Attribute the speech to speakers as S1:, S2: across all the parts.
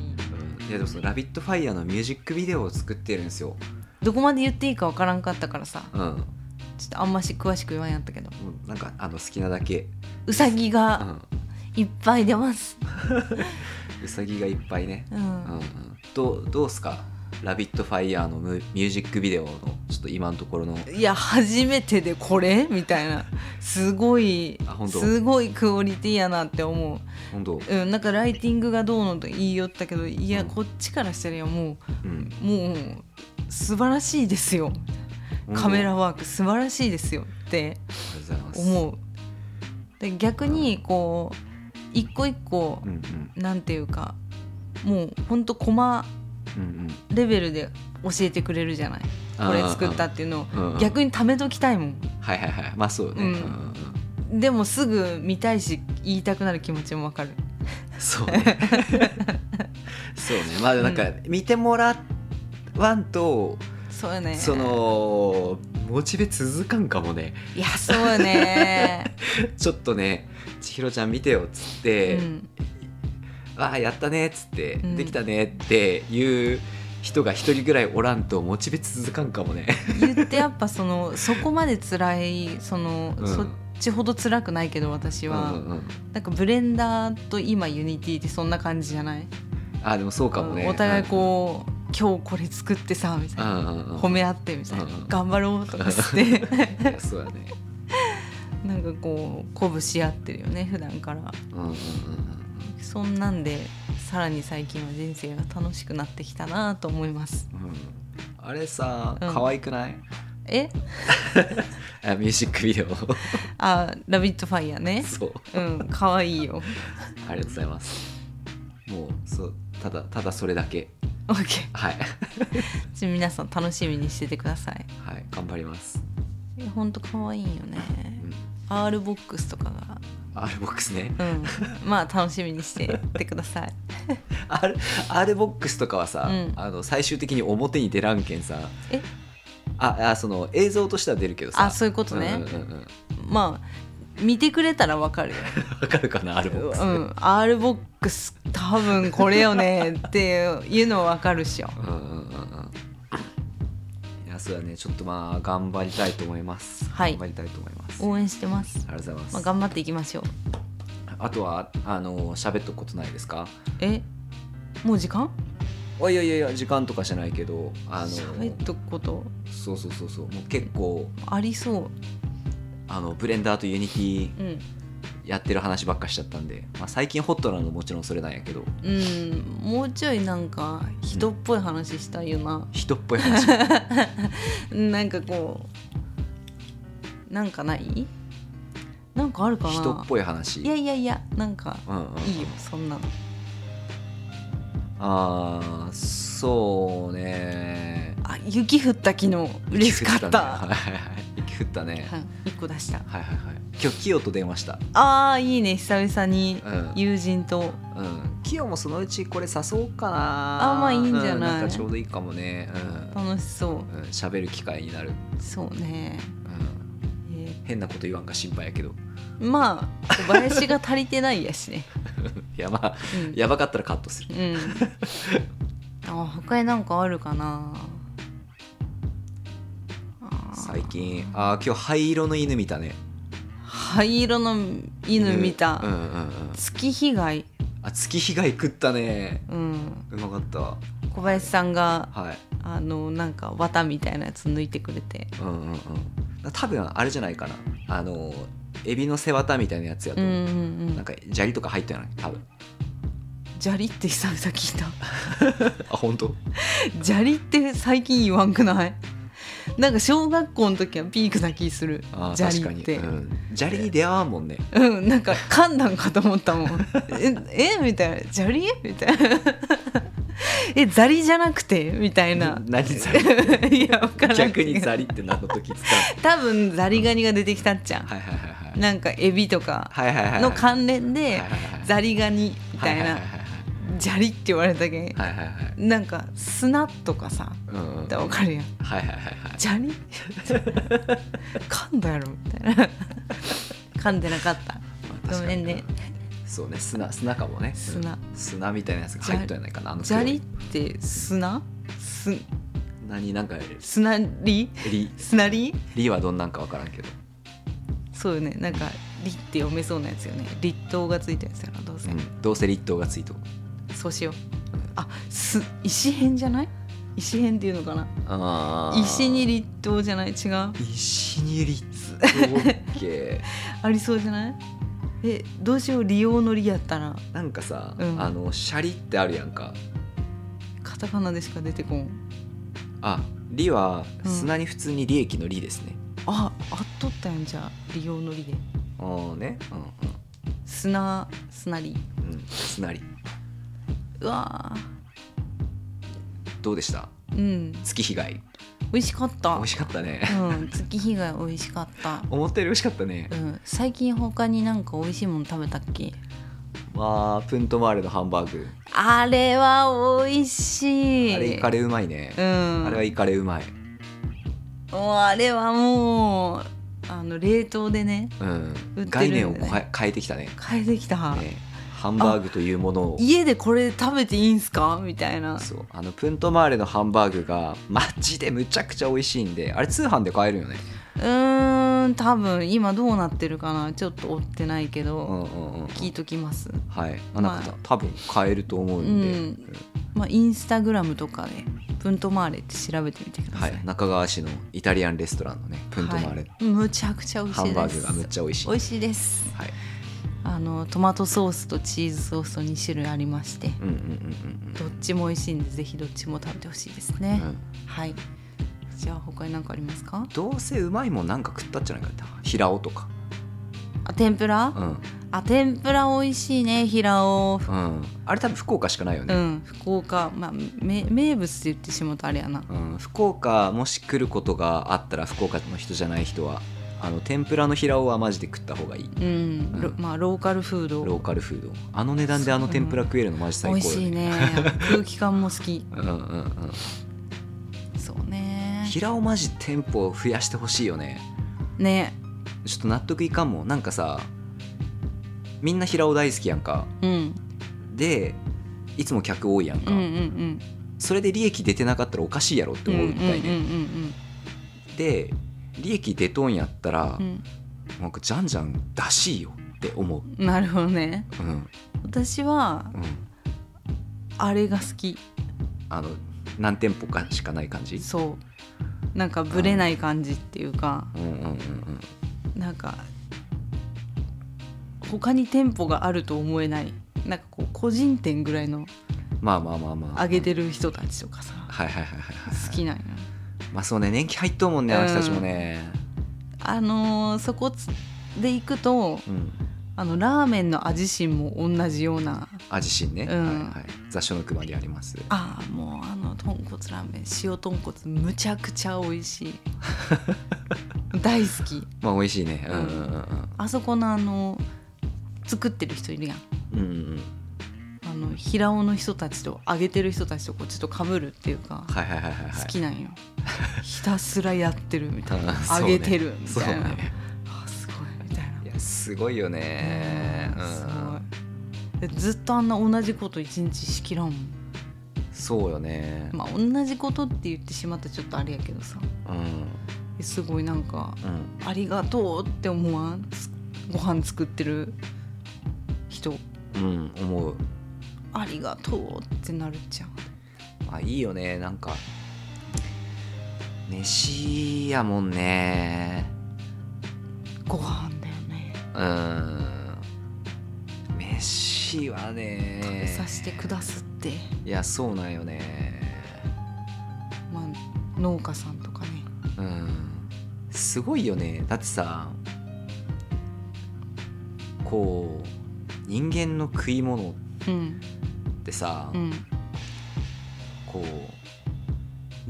S1: いやでもその「ラビットファイヤーのミュージックビデオを作ってるんですよ
S2: どこまで言っていいかわからんかったからさ
S1: うんも
S2: ちょっとあんまし詳しく言わんやったけど
S1: うなんかあの好きなだけ
S2: うさぎ
S1: う
S2: が
S1: ん
S2: いっぱい出ます
S1: うさぎがいっぱいね
S2: う
S1: うん
S2: ん、
S1: うんどうどうすか「ラビットファイヤーのムミュージックビデオのちょっと今のところの
S2: いや初めてでこれみたいなすごい
S1: あ本当
S2: すごいクオリティやなって思
S1: 今度、
S2: う、うん、なんかライティングがどうのと言いよったけどいや
S1: うん
S2: こっちからしたらも
S1: うん、
S2: うもう素晴らしいですよカメラ
S1: を
S2: ワーク素晴らしいですよって
S1: う、
S2: 思うで逆にこう一個一個
S1: うんうん
S2: なんていうかもうほんとコマ
S1: うん
S2: レベルで教えてくれるじゃない
S1: うん、
S2: これ作った
S1: あ
S2: っていうのを
S1: ー、うんうん、
S2: 逆に貯めときたいもん
S1: はいはいはいまあそうね、
S2: うん
S1: うんうんうん
S2: でもすぐ見たいし言いたくなる気持ちもわかる
S1: そうね。そうね。まあなんか見てもらわんと、
S2: そうよね
S1: そのモチベ続かんかもね。
S2: いやそうよ ね、
S1: ちょっとね、千尋ちゃん見てよっつっ
S2: う
S1: て、
S2: ん、
S1: ああやったねっつって、
S2: ん
S1: できたねっていう人が一人ぐらいおらんとモチベ続かんかもね。
S2: 言ってやっぱそのそこまで辛いその、
S1: うん
S2: そっちほど辛くないけど私は、
S1: うんうんうん
S2: なんかブレンダーと今ユニティってそんな感じじゃない
S1: ああでもそうかもね。
S2: お互いこう、今日これ作ってさみたい
S1: うん。
S2: な、
S1: うんうんうん
S2: 褒め合ってみたいな、
S1: うんうん
S2: 頑張ろうとかして
S1: いやそうだね。
S2: なんかこう鼓舞し合ってるよね普段から
S1: うんうんうん
S2: そんなんでさらに最近は人生が楽しくなってきたなと思います
S1: うんうん。あれさ、
S2: うん
S1: 可愛くない？
S2: え
S1: あミュージックビデオ。
S2: あラビットファイヤーね
S1: そう。
S2: うん可愛いよ
S1: ありがとうございます。もう、そう、ただ、ただそれだけ。
S2: OK
S1: はい。
S2: じゃあ皆さん楽しみにしててください
S1: はい、頑張ります。
S2: いやほんと可愛いよね
S1: うん。
S2: R ボックスとかが
S1: R ボックスね。
S2: うんまあ楽しみにしてってください
S1: R, R ボックスとかはさ、
S2: うん
S1: あの最終的に表に出らんけんさ。
S2: え
S1: あ、あ、その映像としては出るけどさ。
S2: あそういうことね
S1: うんうんうん うん
S2: まあ見てくれたらわかるよ
S1: わかるかな、R ボックス。
S2: う。ん R ボックス多分これよねっていうのわかるっしょ
S1: うんうんうんうん。いや、そうだね、ちょっとまあ、頑張りたいと思います。
S2: はい
S1: 頑張りたいと思います。あ
S2: 応援してます、
S1: りがとうござい
S2: ま
S1: ま
S2: あ、
S1: す。
S2: 頑張っていきましょう
S1: あとは、あの、喋っとくことないですか。
S2: えもう時間
S1: あいやいやいや時間とかじゃないけどあの
S2: 喋っとくこと
S1: そうそうそうそうもう結構
S2: ありそ
S1: あのブレンダーとユニティ
S2: ううん、
S1: やってる話ばっかしちゃったんで、まあ、最近ホットなのもちろんそれなんやけど
S2: うん、もうちょいなんか人っぽい話したいよな、
S1: 人っぽ い話
S2: なんかこうなんかないなんかあるかな
S1: 人っぽい話
S2: いやいやいやなんか
S1: うんうんうん
S2: いいよそんなの
S1: あーそうね
S2: あ雪降った昨日嬉しかった
S1: 雪降ねはいはいはい雪降ったね、
S2: はい、1個出した
S1: はい、はいはい今日キヨと電話した
S2: あーいいね久々に
S1: うん
S2: 友人と
S1: うん、キヨもそのうちこれ誘おうかな
S2: あまあいいんじゃない
S1: うんなんかちょうどいいかもねうん
S2: 楽しそ
S1: うん喋、る機会になる、
S2: うそうね、
S1: うん、
S2: え
S1: 変なこと言わんか心配やけど
S2: ーまあ小林が足りてないやしね、
S1: いやまあ
S2: うん、
S1: やばかったらカットする
S2: うん。あ他になんかあるかな。あー
S1: 最近あー今日灰色の犬見たね
S2: 灰色の犬見た。
S1: うんうんうん
S2: 月被害。
S1: あ月被害食ったね
S2: うん。
S1: うまかったわ
S2: 小林さんが
S1: はい
S2: あのなんか綿みたいなやつ抜いてくれて。
S1: うんうんうん多分あれじゃないかなあのエビの背わたみたいなやつや
S2: う
S1: と、
S2: んう
S1: うん
S2: う
S1: なん
S2: ん。
S1: か砂利とか入ったよね 多分
S2: 砂利って久々聞いた。
S1: あ本当
S2: 砂利って最近言わんくない？なんか小学校の時はピークな気する
S1: あー
S2: 砂
S1: 確か
S2: 利
S1: に、
S2: って、
S1: うん、砂利に出会わんもんね
S2: うん、なんか噛んだんかと思ったもん ええみたいな砂利みたいな えザリじゃなくてみたいな
S1: 何砂利
S2: いや分からん
S1: 逆に砂利って何の時使う
S2: 多分ザリガニが出てきたっちゃん、
S1: はいはいはいはい
S2: なんかエビとか
S1: はいはいはい
S2: の関連で
S1: はいはいはい
S2: ザリガニみたい
S1: は
S2: ない
S1: はい
S2: 砂利って言われたけん
S1: はいはいはいはいはい
S2: なんか砂とかさ
S1: うんうん
S2: だから分かるやん
S1: はいはいはいはい
S2: 砂 利噛んだやろみたいな噛んでなかった
S1: まあ
S2: ごめんね
S1: 確かにそうね砂砂かもね
S2: 砂
S1: うん砂みたいなやつが入ったんじゃないかなあの
S2: 砂
S1: 黒
S2: 利っ
S1: い
S2: て砂す
S1: 砂になんか
S2: 砂利
S1: リ
S2: 砂利
S1: リはどんなんかわからんけど
S2: そうよねなんか「り」って読めそうなやつよね立冬がついたやつやなどうせ、
S1: うん、どうせ立冬がついと
S2: そうしようあす石片じゃない石片っていうのかな
S1: あー
S2: 石に立冬じゃない違う
S1: 石に立冬オッ ケ
S2: ありそうじゃないえどうしよう利用の「利」やったら
S1: ーなんかさ、
S2: うん
S1: あのシャリってあるやんか
S2: カタカナでしか出てこん
S1: あリは
S2: うん
S1: 砂に普通に利益の利ですね、
S2: ああっとったやんじゃあ利用の「利」で
S1: ああねう
S2: 砂砂利
S1: んうんうん砂利
S2: うわ
S1: どうでした
S2: ーうん
S1: 月日貝
S2: 美味しかった
S1: 美味しかったね
S2: うん月日が美味しかった
S1: 思ったより美味しかったね
S2: うん最近他になんか美味しいもの食べたっけ
S1: まあプントマーレのハンバーグ
S2: あれは美味しい
S1: あれイカレうまいね
S2: う、ん
S1: あれはイカレうまい
S2: もうあれはもうあの冷凍でね
S1: うん
S2: るんだね
S1: 概念をこえ変えてきたね
S2: 買えてきた、
S1: ねハンバーグというものを
S2: 家でこれ食べていいんすかみたいな
S1: そうあのプントマーレのハンバーグがマジでむちゃくちゃ美味しいんであれ通販で買えるよね
S2: うーん多分今どうなってるかなちょっと追ってないけど、
S1: うんうんうん
S2: 聞いときます
S1: はい、まあ、
S2: まあ
S1: なんかた多分買えると思うんで、
S2: うんまあインスタグラムとかでプントマーレって調べてみてくださ
S1: は
S2: い、
S1: い、中川市のイタリアンレストランのねプントマーレ、
S2: はいむちゃくちゃ美味しい
S1: ハ
S2: で
S1: ン
S2: す
S1: バーグがむっちゃ美味しい
S2: 美味しいです
S1: はい
S2: あのトマトソースとチーズソースと2種類ありまして
S1: うんうんうん
S2: どっちも美味しいんでぜひどっちも食べてほしいです
S1: う
S2: ね
S1: ん、うん、
S2: はいじゃあ他に何かありますか
S1: どうせうまいもんなんか食ったんじゃないかって平尾とか
S2: あ天ぷら、
S1: うん
S2: あ天ぷら美味しいね平尾
S1: うんあれ多分福岡しかないよ
S2: う
S1: ね、
S2: ん福岡まあめ名物って言ってしまうとあれやな
S1: うん福岡もし来ることがあったら福岡の人じゃない人はあの天ぷらの平尾はマジで食った方がいい
S2: うん、
S1: うん
S2: ろまあローカルフード
S1: ローカルフードあの値段であの天ぷら食えるのマジ最
S2: 美
S1: 高
S2: 味し
S1: よね
S2: いね空気感も好き
S1: うんうんうん
S2: そうね
S1: 平尾マジ店舗増やしてほしいよね
S2: ね
S1: ちょっと納得いかんもんなんかさみんな平尾大好きやんか
S2: うん
S1: でいつも客多いやん
S2: う
S1: か、
S2: んうんうん
S1: それで利益出てなかったらおかしいやろって
S2: うんうんう
S1: 思うみたいね、
S2: ん
S1: で利益出とんやったら、
S2: うん
S1: なんかじゃんじゃん出しいよって思う
S2: うんなるほどね
S1: うんうん
S2: 私はあれが好き
S1: あの何店舗かしかない感じ
S2: そうなんかブレない感じっていうか
S1: うんうんうんうん
S2: なんか他に店舗があると思えないなんかこう個人店ぐらいの
S1: まあまあまあまあ
S2: 上げて
S1: る
S2: る人たちとかさ
S1: はいはいはいはいはいはい
S2: 好きなんよ
S1: まあそうね年季入っとうもんねあの人たちもね
S2: あのーそこつで行くと
S1: うん
S2: あのラーメンの味心も同じような
S1: アジシンね、
S2: うん
S1: はいはい、雑所の熊にあります
S2: ああもうあの豚骨ラーメン塩豚骨むちゃくちゃ美味 しい大好き
S1: まあ美味しいねうんうん
S2: あそこのあの作ってる人いるやん
S1: うんうんうんうん
S2: あの平尾の人たちと上げてる人たちとこうちょっとかぶるっていうか
S1: はいはいはいはいはい
S2: 好きなんよ、ひたすらやってるみたいな
S1: うん そうね
S2: 上げてるみ
S1: そう
S2: たいな、
S1: ね
S2: あすごいみたいない
S1: やすごいよね
S2: うんす
S1: うん
S2: ごいでずっとあんな同じこと一日しきらんもん
S1: そうよね
S2: まあ同じことって言ってしまったらちょっとあれやけどさ
S1: うん
S2: えすごいなんか
S1: うん
S2: ありがとうって思わんつご飯作ってる人
S1: うん思う
S2: ありがとうってなるじゃん
S1: あいいよねなんか飯やもんね
S2: ご飯だよね
S1: うん飯はね
S2: 食べさせてくだすって、
S1: いやそうなんよね
S2: まあ、農家さんとかね
S1: うんすごいよねだってさこう人間の食い物っ
S2: うん
S1: てさ、
S2: うん
S1: こう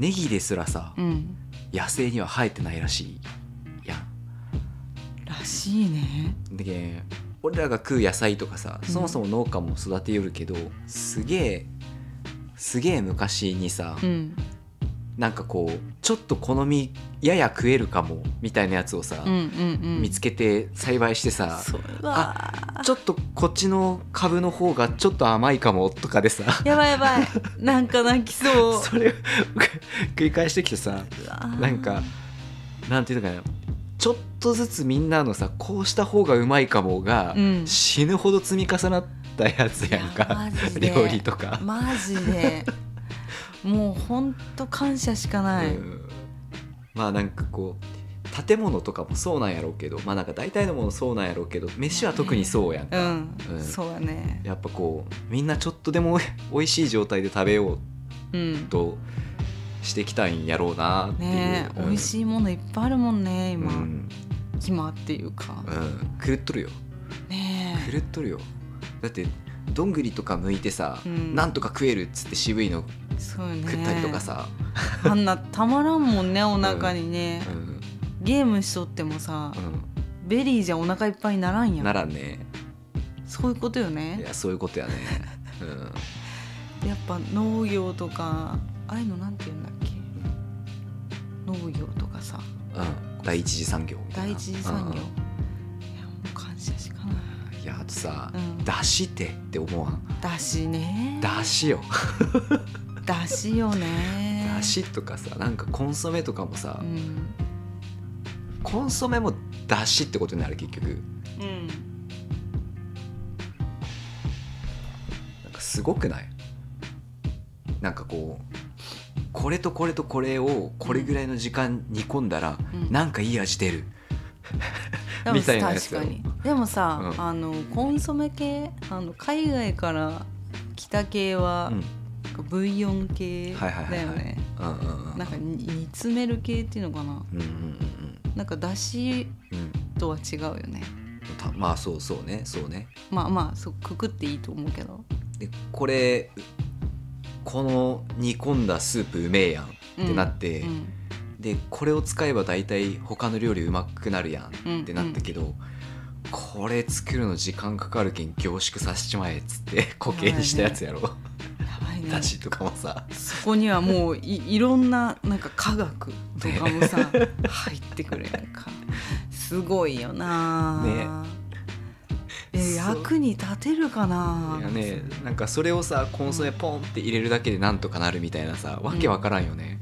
S1: ネギですらさ、
S2: うん
S1: 野生には生えてないらしいやん
S2: らしいね
S1: で俺らが食う野菜とかさそもそも農家も育てよるけど、すげえすげえ昔にさ、
S2: うん
S1: なんかこうちょっと好みやや食えるかもみたいなやつをさ、
S2: うんうんうん
S1: 見つけて栽培してさ
S2: そうわー
S1: ちょっとこっちの株の方がちょっと甘いかもとかでさ
S2: やばいやばいなんか泣きそう
S1: それを繰り返してきてさ
S2: うわー
S1: なんかなんていうのかなちょっとずつみんなのさこうした方がうまいかもが、
S2: うん
S1: 死ぬほど積み重なったやつやん
S2: いや
S1: か
S2: マジで
S1: 料理とか。
S2: マジでもうほんと感謝しかない、
S1: うんまあなんかこう建物とかもそうなんやろうけどまあなんか大体のものそうなんやろうけど飯は特にそうやん
S2: う
S1: か、
S2: ん、
S1: うん
S2: そうだね
S1: やっぱこうみんなちょっとでも 美味しい状態で食べよ
S2: うん
S1: うとしてきたんやろうなっていう、
S2: ねえ、
S1: うん
S2: 美味しいものいっぱいあるもんね今、
S1: うん
S2: 今っていうか
S1: うん狂っとるよ
S2: ねえ
S1: 狂っとるよだってどんぐりとか剥いてさ、
S2: うん
S1: なんとか食えるっつって渋いの
S2: そうよね
S1: 食ったりとかさ、
S2: あんなたまらんもんねお腹にね、
S1: うん
S2: ゲームしとってもさ、ベリーじゃお腹いっぱいにならん
S1: う
S2: や
S1: ん、
S2: ん
S1: ならね
S2: そういうことよ
S1: い
S2: ね
S1: やそういうこ とやね、うん、
S2: やっぱ農業とかああいうのなんて言うんだっけ農業とかさ
S1: うん、第一次産業みた
S2: 第
S1: いな
S2: 一次産業、
S1: うん
S2: いやもう感謝しかない
S1: やあとさ、
S2: うん
S1: 出してって思わん
S2: いだしね
S1: 出しよ
S2: だしよね
S1: 出しとかさなんかコンソメとかもさ
S2: う、ん、
S1: コンソメも出しってことになる結局
S2: うん、
S1: なんかすごくないなんかこうこれとこれとこれをこれぐらいの時間煮込んだら、
S2: うん
S1: なんかいい味出る
S2: でも
S1: みたいなやつ
S2: 確かにでもさ、
S1: うん
S2: あのコンソメ系あの海外から来た系は
S1: う、ん
S2: ブイヨン系だ
S1: はいはい
S2: よね、
S1: はいはいうんうんうん
S2: なんかに煮詰める系っていうのかな
S1: うんうん
S2: なんかだし
S1: うんうん
S2: とは違うよね
S1: たまあそうそうねそうね
S2: まあまあそうくくっていいと思うけど
S1: でこれこの煮込んだスープうめえやんってなって、
S2: うん
S1: でこれを使えば大体他の料理うまくなるやんってなったけど、これ作るの時間かかるけん凝縮させちまえっつ って固形にしたやつやろ、
S2: やばいね
S1: だしとかもさ
S2: そこにはもういいろんななんか科学とかもさ、入ってくるやんかすごいよな、え
S1: そう
S2: 役に立てるかない
S1: やねなんかそれをさコンソメポンって入れるだけでなんとかなるみたいなさわけわからんよね、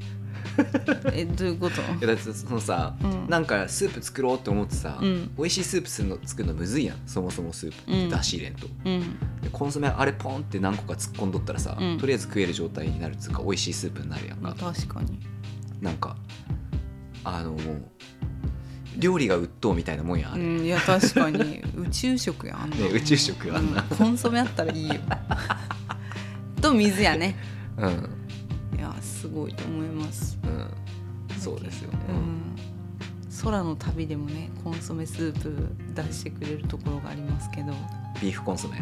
S2: えどういうこと
S1: いやだってそのさ
S2: うん
S1: なんかスープ作ろうって思ってさ、
S2: うん
S1: 美味しいスープするの作るのむずいやんそもそもスープってだし入れんと、
S2: うん
S1: でコンソメあれポンって何個か突っ込んどったらさ、
S2: うん
S1: とりあえず食える状態になるっつうか美味しいスープになるやんか、
S2: 確かに
S1: なんかあのもう料理が鬱陶みたいなもんやんあ
S2: う
S1: れ、
S2: んいや確かに宇宙食やんあんな
S1: ね宇宙食やんな
S2: うコンソメあったら いいよと水やね
S1: うん
S2: いやすごいと思います
S1: うんそうですよ、
S2: う
S1: うん
S2: ん、空の旅でもねコンソメスープ出してくれるところがありますけど
S1: ビーフコンソメ、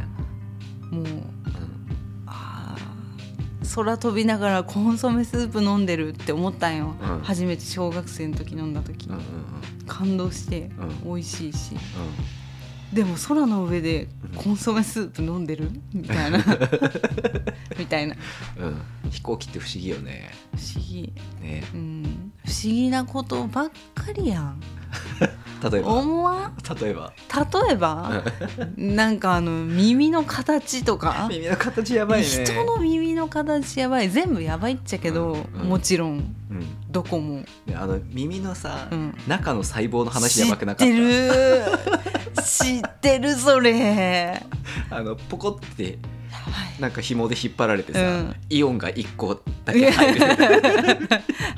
S2: もう
S1: うん
S2: あー空飛びながらコンソメスープ飲んでるって思ったんよ、
S1: うん
S2: 初めて小学生の時飲んだ時、
S1: うんうんうん
S2: 感動して
S1: う
S2: 美味しいし、でも空の上でコンソメスープ飲んでるみたいな みたいな
S1: うんうん飛行機って不思議よね
S2: 不思議、
S1: ね
S2: うん、不思議なことばっかりやん
S1: 例えば
S2: 思わん
S1: 例えば
S2: 例えば なんかあの耳の形とか、
S1: 耳の形やばいね
S2: 人の耳の形やばい全部やばいっちゃけど、
S1: うんうん
S2: もちろん
S1: うん
S2: どこも、
S1: であの耳のさ、
S2: うん、
S1: 中の細胞の話やばくなか
S2: 知っ
S1: っ
S2: てる 知ってるそれや
S1: たあのポコって
S2: ばい
S1: なんか紐で引っ張られてさ、
S2: うん
S1: イオンが1個だけ入る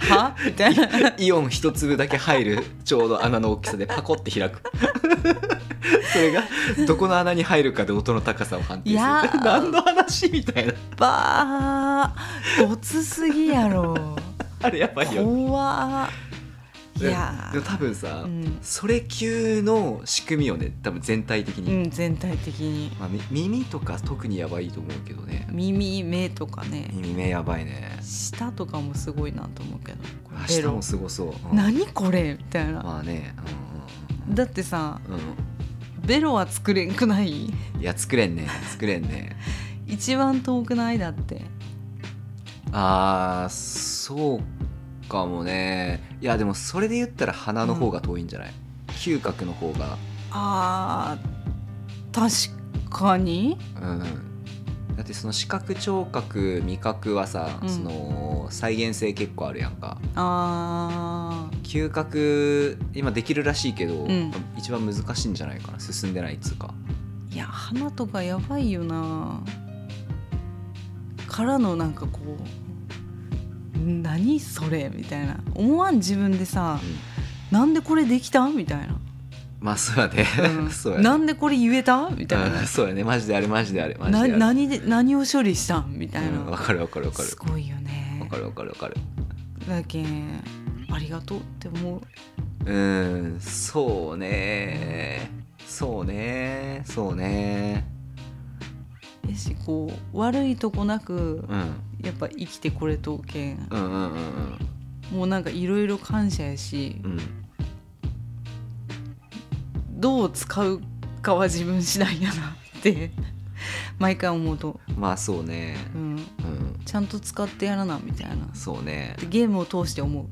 S2: はみたいな
S1: イオン一粒だけ入るちょうど穴の大きさでパコって開く それがどこの穴に入るかで音の高さを判定す
S2: い
S1: る
S2: やー
S1: 何の話みたいな
S2: ばーごつすぎやろ
S1: あれやばいよ
S2: 怖い
S1: で
S2: や
S1: でも多分さ、
S2: うん
S1: それ級の仕組みよね多分全体的
S2: う
S1: に、
S2: ん全体的に
S1: まあ、み耳とか特にやばいと思うけどね
S2: 耳目とかね
S1: 耳目やばいね
S2: 舌とかもすごいなと思うけど
S1: 明日もすごそう、うん
S2: 何これみたいな
S1: まあね
S2: だってさ
S1: うんうんうん
S2: ベロは作れんくない
S1: うんいや作れんね作れんね
S2: 一番遠くないだって
S1: あーそうかもねいやでもそれで言ったら鼻の方が遠いんじゃない、嗅覚の方が
S2: あー確かに
S1: うんだってその視覚聴覚味覚はさ、
S2: うん
S1: その再現性結構あるやんか
S2: あー
S1: 嗅覚今できるらしいけど、
S2: うん
S1: 一番難しいんじゃないかな進んでないっつうか
S2: いや花とかやばいよなからのなんかこう何それみたいな思わん自分でさなんでこれできたみたいな、
S1: まあそうやね、
S2: うん
S1: そうやね
S2: なんでこれ言えたみたい
S1: うん
S2: な
S1: そうやねマジであれマジであれマジであ
S2: な
S1: れ
S2: 何で何を処理したんみたいな、
S1: うんわかるわかるわかる
S2: すごいよ
S1: わ
S2: ね
S1: かるわかるわかる
S2: だけんありがとうって思う
S1: うんそうねそうねそうね
S2: やしこう悪いとこなく
S1: うん
S2: やっぱ生きてこれとうけん
S1: うんうんうん
S2: もうなんかいろいろ感謝やし
S1: うんうん
S2: どう使うかは自分次第やなって毎回思うと、
S1: まあそうね
S2: うん、
S1: うん
S2: ちゃんと使ってやらなみたいな
S1: そうね
S2: でゲームを通して思う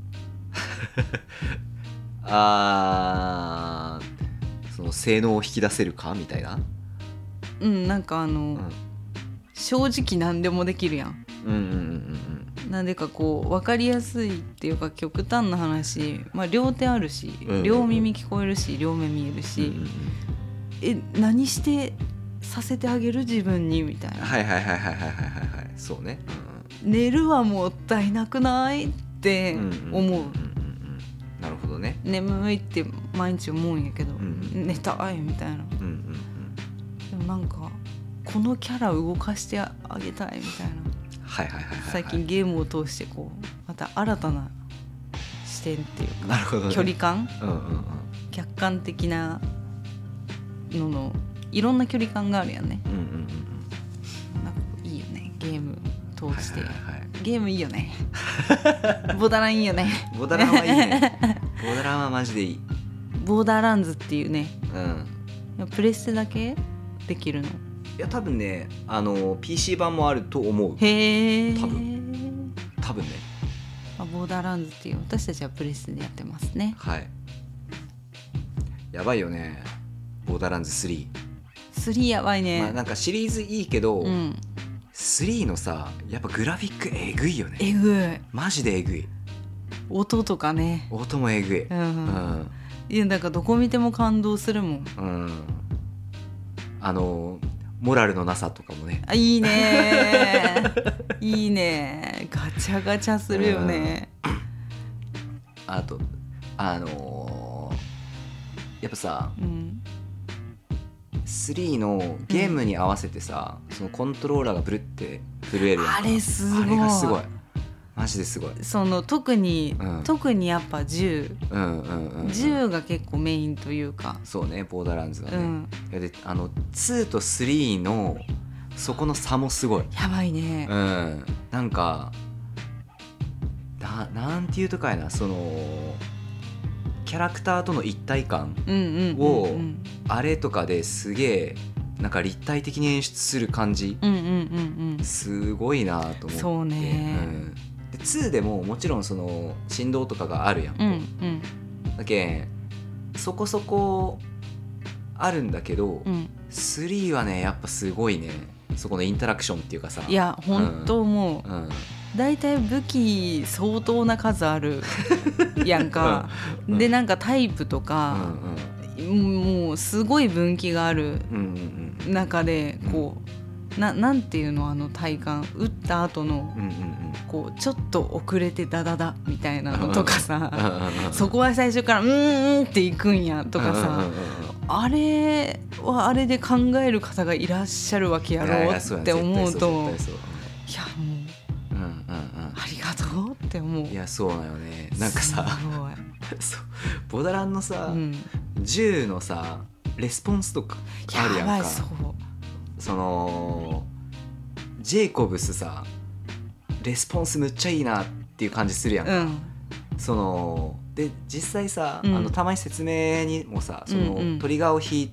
S1: あーその性能を引き出せるかみたいな
S2: うんなんかあの、
S1: うん
S2: 正直何でもできるやん
S1: うんうんうん
S2: なんでかこう分かりやすいっていうか極端な話、まあ、両手あるし
S1: うんうん
S2: 両耳聞こえるし両目見える
S1: うんうん
S2: し、
S1: うん
S2: え何してさせてあげる自分にみたいな、
S1: はいはいはいはいはいはいはいはいそうねう
S2: 寝るはもったいなくないって
S1: んうんんん
S2: 思う、
S1: んんんなるほどね
S2: 眠いって毎日思うんやけど、
S1: ん
S2: 寝たいみたいな
S1: うんうん
S2: でもなんかこのキャラ動かしてあげたいみたいな
S1: うんはいはいはいはいはい
S2: 最近ゲームを通してこうまた新たな視点っていう
S1: なるほど
S2: か
S1: ね
S2: 距離感
S1: うんうんうん
S2: 客観的なののいろんな距離感があるやんね
S1: うんうんうん
S2: なんかいいよねゲーム通
S1: うんはい
S2: して、
S1: はいはいはい
S2: ゲームいいよねボーダーラインいいよね
S1: ボーダーランはいい ねボーダーランはマジでいい
S2: ボーダーランズっていうね
S1: うん
S2: プレステだけできるの
S1: いや多分ねあの PC 版もあると思う
S2: へえ
S1: 多多分ね
S2: あボーダーランズっていう私たちはプレステでやってますね
S1: はいやばいよねボーダーランズ3、
S2: 3やばいね、
S1: まあ、なんかシリーズいいけど、
S2: うん
S1: 3のさやっぱグラフィックえぐいよね
S2: えぐい
S1: マジでえぐい
S2: 音とかね、
S1: 音もえぐいううんん
S2: いやなんかどこ見ても感動するもん
S1: うんあのモラルのなさとかもね
S2: あいい ねいいねガチャガチャするよね
S1: あとあのーやっぱさ
S2: うん
S1: 3のゲームに合わせてさ、そのコントローラーがブルって震えるやんか
S2: あれすごい
S1: あれがすごいマジですごい
S2: その特に、
S1: うん
S2: 特にやっぱ銃
S1: うんうんうん、うん、
S2: 銃が結構メインというか、
S1: そうねボーダーランズはね、
S2: うん
S1: いやであの2と3のそこの差もすごい
S2: やばいね
S1: う、んなんかななんていうとかやなそのキャラクターとの一体感
S2: うん、うんうん
S1: を
S2: うん
S1: あれとかですげえなんか立体的に演出する感じ
S2: うんうんうん
S1: すごいなと思って
S2: そうね
S1: うんで2でももちろんその振動とかがあるやん、
S2: うんうん
S1: だけんそこそこあるんだけど、
S2: うん
S1: 3はねやっぱすごいねそこのインタラクションっていうかさ
S2: いや本当もう
S1: うん
S2: 大体武器相当な数あ るやんか、
S1: うん
S2: でなんかタイプと
S1: うん
S2: か、もうすごい分岐がある
S1: うんうんうん
S2: 中でこう、ななんていうのあの体感打った後の
S1: うんうんうんうん
S2: こうちょっと遅れてダダダみたいなのとかさ、
S1: うんうん
S2: そこは最初から「うーん」っていくんやとかさ、
S1: うんうんうんうん
S2: あれはあれで考える方がいらっしゃるわけや
S1: い
S2: ろ
S1: やそうや
S2: って思うと
S1: 絶対そう絶
S2: い
S1: 対
S2: やもう
S1: そううんうんうん
S2: ありがとうって思う
S1: うんい。やそうなよねなんかさ
S2: すごい
S1: そうボダランのさ、
S2: うん、
S1: 銃のさレスポンスとかあるやん
S2: ばい
S1: か
S2: そう
S1: そのジェイコブスさレスポンスむっちゃいいなっていう感じするやんか、
S2: うん
S1: そので実際さ、
S2: うん
S1: あのたまに説明にもさその、
S2: うんうん
S1: トリガーを引い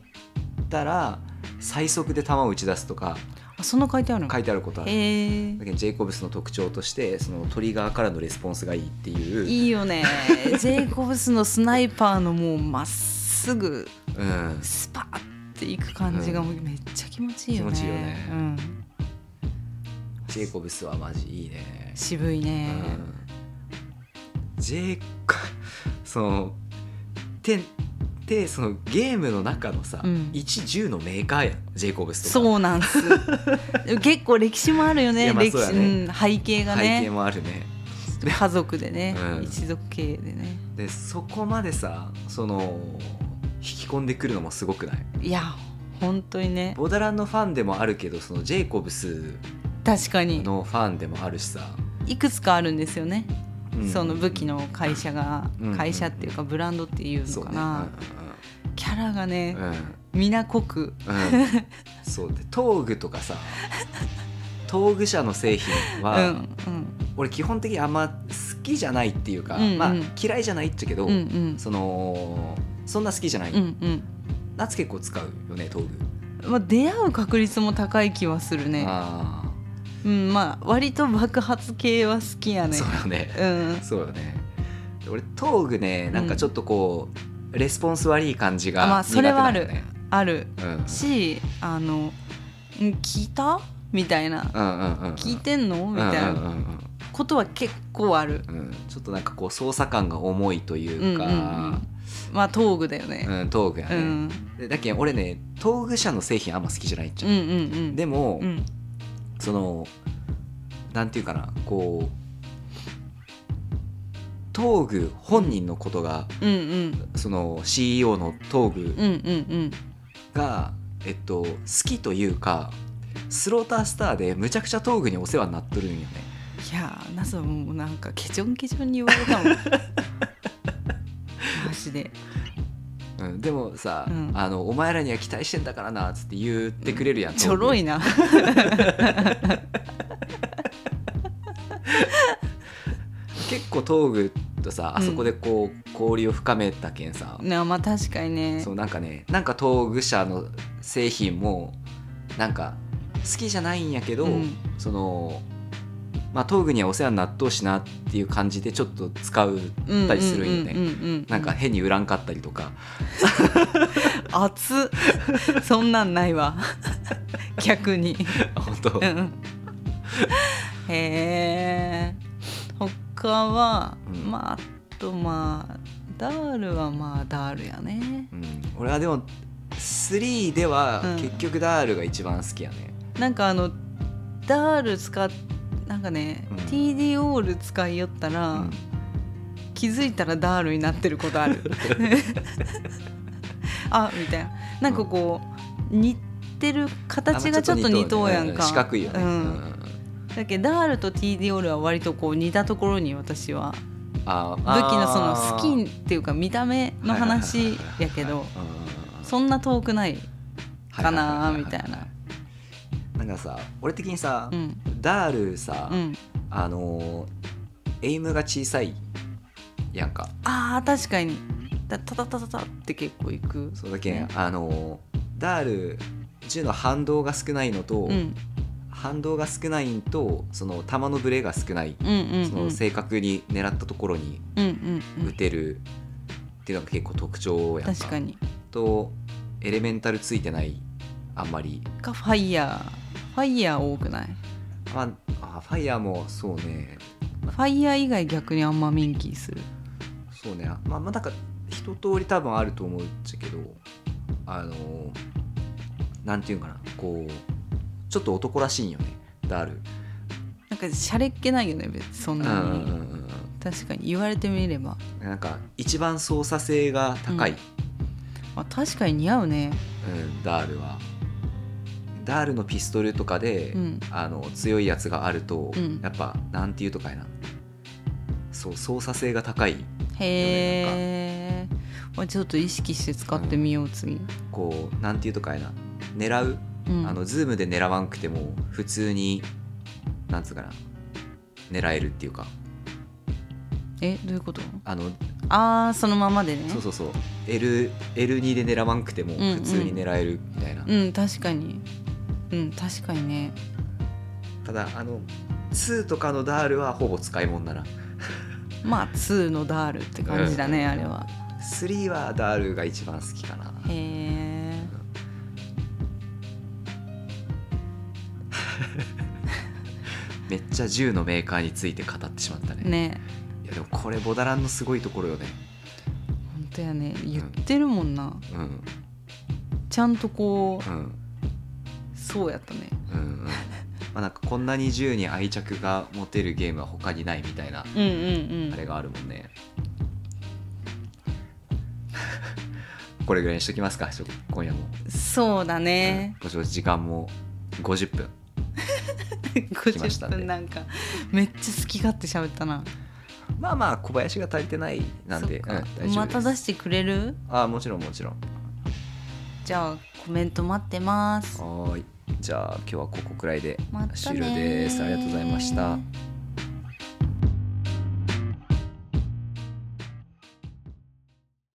S1: たら最速で弾を打ち出すとか
S2: あそんな書いてあるの
S1: 書いてあることある
S2: へえ
S1: だけどジェイコブスの特徴としてそのトリガーからのレスポンスがいいっていう、
S2: いいよ ねジェイコブスのスナイパーのもうまっすぐ
S1: うん、
S2: スパッっていく感じがもうめっちゃ気持ちいいよね
S1: 気持ちいいよね
S2: うん、
S1: ジェイコブスはマジいいね、
S2: 渋いね、
S1: うん、ジェイ そのててそのゲームの中のさ、
S2: うん
S1: 一銃のメーカーやんジェイコブスとか
S2: そうなん すでも結構歴史もあるよ
S1: い
S2: ね
S1: やまあ
S2: 歴
S1: そう
S2: 史
S1: だね
S2: うん背景が
S1: 背景
S2: ね
S1: もあるね
S2: 家族でね、
S1: うん
S2: 一族系でね
S1: でそこまでさその引き込んでくるのもすごくない
S2: いや本当にね
S1: ボーダーランのファンでもあるけどそのジェイコブス
S2: 確かに
S1: のファンでもあるしさ、
S2: いくつかあるんですよね、
S1: うん
S2: その武器の会社が、
S1: うん
S2: 会社っていうかブランドっていう
S1: そ
S2: の
S1: う
S2: か
S1: ね
S2: な、キャラがね
S1: うんうんうん
S2: 皆濃く
S1: うん そうでトーグとかさトーグ社の製品
S2: うん
S1: は、
S2: うん
S1: 俺基本的にあんま好きじゃないっていうか、
S2: うんうん
S1: まあ、嫌いじゃないっちゃけど、
S2: うんうん
S1: そのそんな好きじゃない、
S2: うんうん
S1: 夏結構使うよねトーグ、
S2: まあ、出会う確率も高い気はするね、
S1: ああ
S2: うん、まあ割と爆発系は好きやね
S1: そうよね
S2: うん
S1: そうよね俺トーグねなんかちょっとこう、レスポンス悪い感じが
S2: あまあ
S1: 苦手
S2: それは
S1: な
S2: あ
S1: ん
S2: る
S1: よね、
S2: ある
S1: うん
S2: しあの「ん聞いた?」みたいな
S1: うんうんうんう
S2: 「
S1: ん
S2: 聞いてんの?」みたい
S1: うんうん
S2: なことは結構ある
S1: うんうんうんちょっとなんかこう操作感が重いというか、
S2: うんうんまあトーグだよね、
S1: うんトーグや
S2: う
S1: ね、
S2: ん、
S1: でだけん俺ねトーグ社の製品あんま好きじゃないっち
S2: う
S1: ゃ、
S2: んうんうん
S1: でも、
S2: うん
S1: そのなんていうかなこうトーグ本人のことが、
S2: うんうん
S1: その CEO のトーグ
S2: うんうんうん
S1: が、えっと、好きというかスロータースターでむちゃくちゃトーグにお世話になっとるんよね
S2: いやーなすはもうなんかケチョンケチョンに言われたも んマジで
S1: うん、でもさ、
S2: うん
S1: あの「お前らには期待してんだからな」っつって言ってくれるやん、
S2: ちょろい
S1: な
S2: な
S1: 結構トーグとさあそこでこう、交流を深めたけんさ、
S2: なまあ確かにね
S1: そうなんかねなんかトーグ社の製品もなんか好きじゃないんやけど、
S2: うん
S1: そのまあトーグにはお世話になっとうしなっていう感じでちょっと使うったりするんよね、
S2: うんうんうんうん、
S1: なんか変に売らんかったりとか、
S2: 熱っ そんなんない わ逆に
S1: 本当、
S2: うんへえ他は、
S1: うん
S2: まああとまあダールはまあダールやね
S1: うん、俺はでも3では
S2: うん
S1: 結局ダールが一番好きやね、
S2: なんかあのダール使っなんかね、
S1: うん
S2: TD オール使いよったら、
S1: うん
S2: 気づいたらダールになってることあ るあみたいななんかこう、似てる形がちょっと似とうやん
S1: う
S2: か
S1: 四角いよね、
S2: う
S1: うん
S2: んだけどダールと TD オールは割とこう似たところに私は
S1: あ
S2: 武器のそのスキンっていうか見た目の話やけどそんな遠くないかなーみたいな
S1: なんかさ俺的にさ、
S2: うん
S1: ダールさ、
S2: うん
S1: あのーエイムが小さいやんか
S2: あー確かにだタタタタタって結構いく
S1: そうだけん、
S2: ね
S1: あのーダール銃の反動が少ないのと、
S2: うん
S1: 反動が少ないんとその弾のブレが少ない、
S2: うんうん
S1: そ
S2: うんうん
S1: の正確に狙ったところに
S2: うんう
S1: 打
S2: ん
S1: てるっていうのが結構特徴やんか
S2: 確かに
S1: とエレメンタルついてないあんまり、
S2: かファイヤーファイヤー多くない
S1: まあ、あファイヤーもそうね
S2: ファイヤー以外逆にあんまミンキーする
S1: そうねまあまあなんか一通り多分あると思うっちゃけどあのなんていうんかなこうちょっと男らしいんよねダール
S2: なんかシャレっ気ないよね別にそん
S1: うんう
S2: なんに
S1: うん
S2: 確かに言われてみれば、
S1: うんなんか一番操作性が高い、
S2: まあ、確かに似合うね
S1: うんダールはダールのピストルとかで、
S2: うん
S1: あの強いやつがあると、
S2: うん
S1: やっぱなんていうとかやなそう操作性が高い
S2: へえ、まあ、ちょっと意識して使ってみよう次、
S1: こうなんていうとかやな狙う
S2: うん、
S1: あのズームで狙わんくても普通になんつうかな狙えるっていうか
S2: えどういうこと
S1: あの
S2: ああそのままでね
S1: そうそうそう L L2 で狙わんくても
S2: んうん
S1: 普通に狙えるみたいな、
S2: うん確かにうん確かにね
S1: ただあの2とかのダールはほぼ使い物だな
S2: まあ2のダールって感じだね、あれは
S1: 3はダールが一番好きかな
S2: へえ
S1: めっちゃ銃のメーカーについて語ってしまったね
S2: ね
S1: いやでもこれボダランのすごいところよね
S2: 本当やね言ってるもんな、
S1: うん
S2: ちゃんとこ
S1: う
S2: うんそうやったね
S1: う んうんまあなんかこんなに銃に愛着が持てるゲームは他にないみたいな
S2: うんうんうん
S1: あれがあるもんね これぐらいにしときますかちょっと今夜も、
S2: そうだね、
S1: うんご承知時間も50分来ました
S2: 50
S1: ね
S2: 分なんかめっちゃ好き勝手喋ったな
S1: まあまあ小林が足りてないなんで、
S2: そっ
S1: うん
S2: か
S1: 大丈
S2: ま
S1: 夫
S2: た
S1: で
S2: 出
S1: す
S2: してくれる
S1: ああもちろんもちろん
S2: じゃあコメント待ってます
S1: はーいじゃあ今日はここくらいで
S2: またねー
S1: 終了ですありがとうございました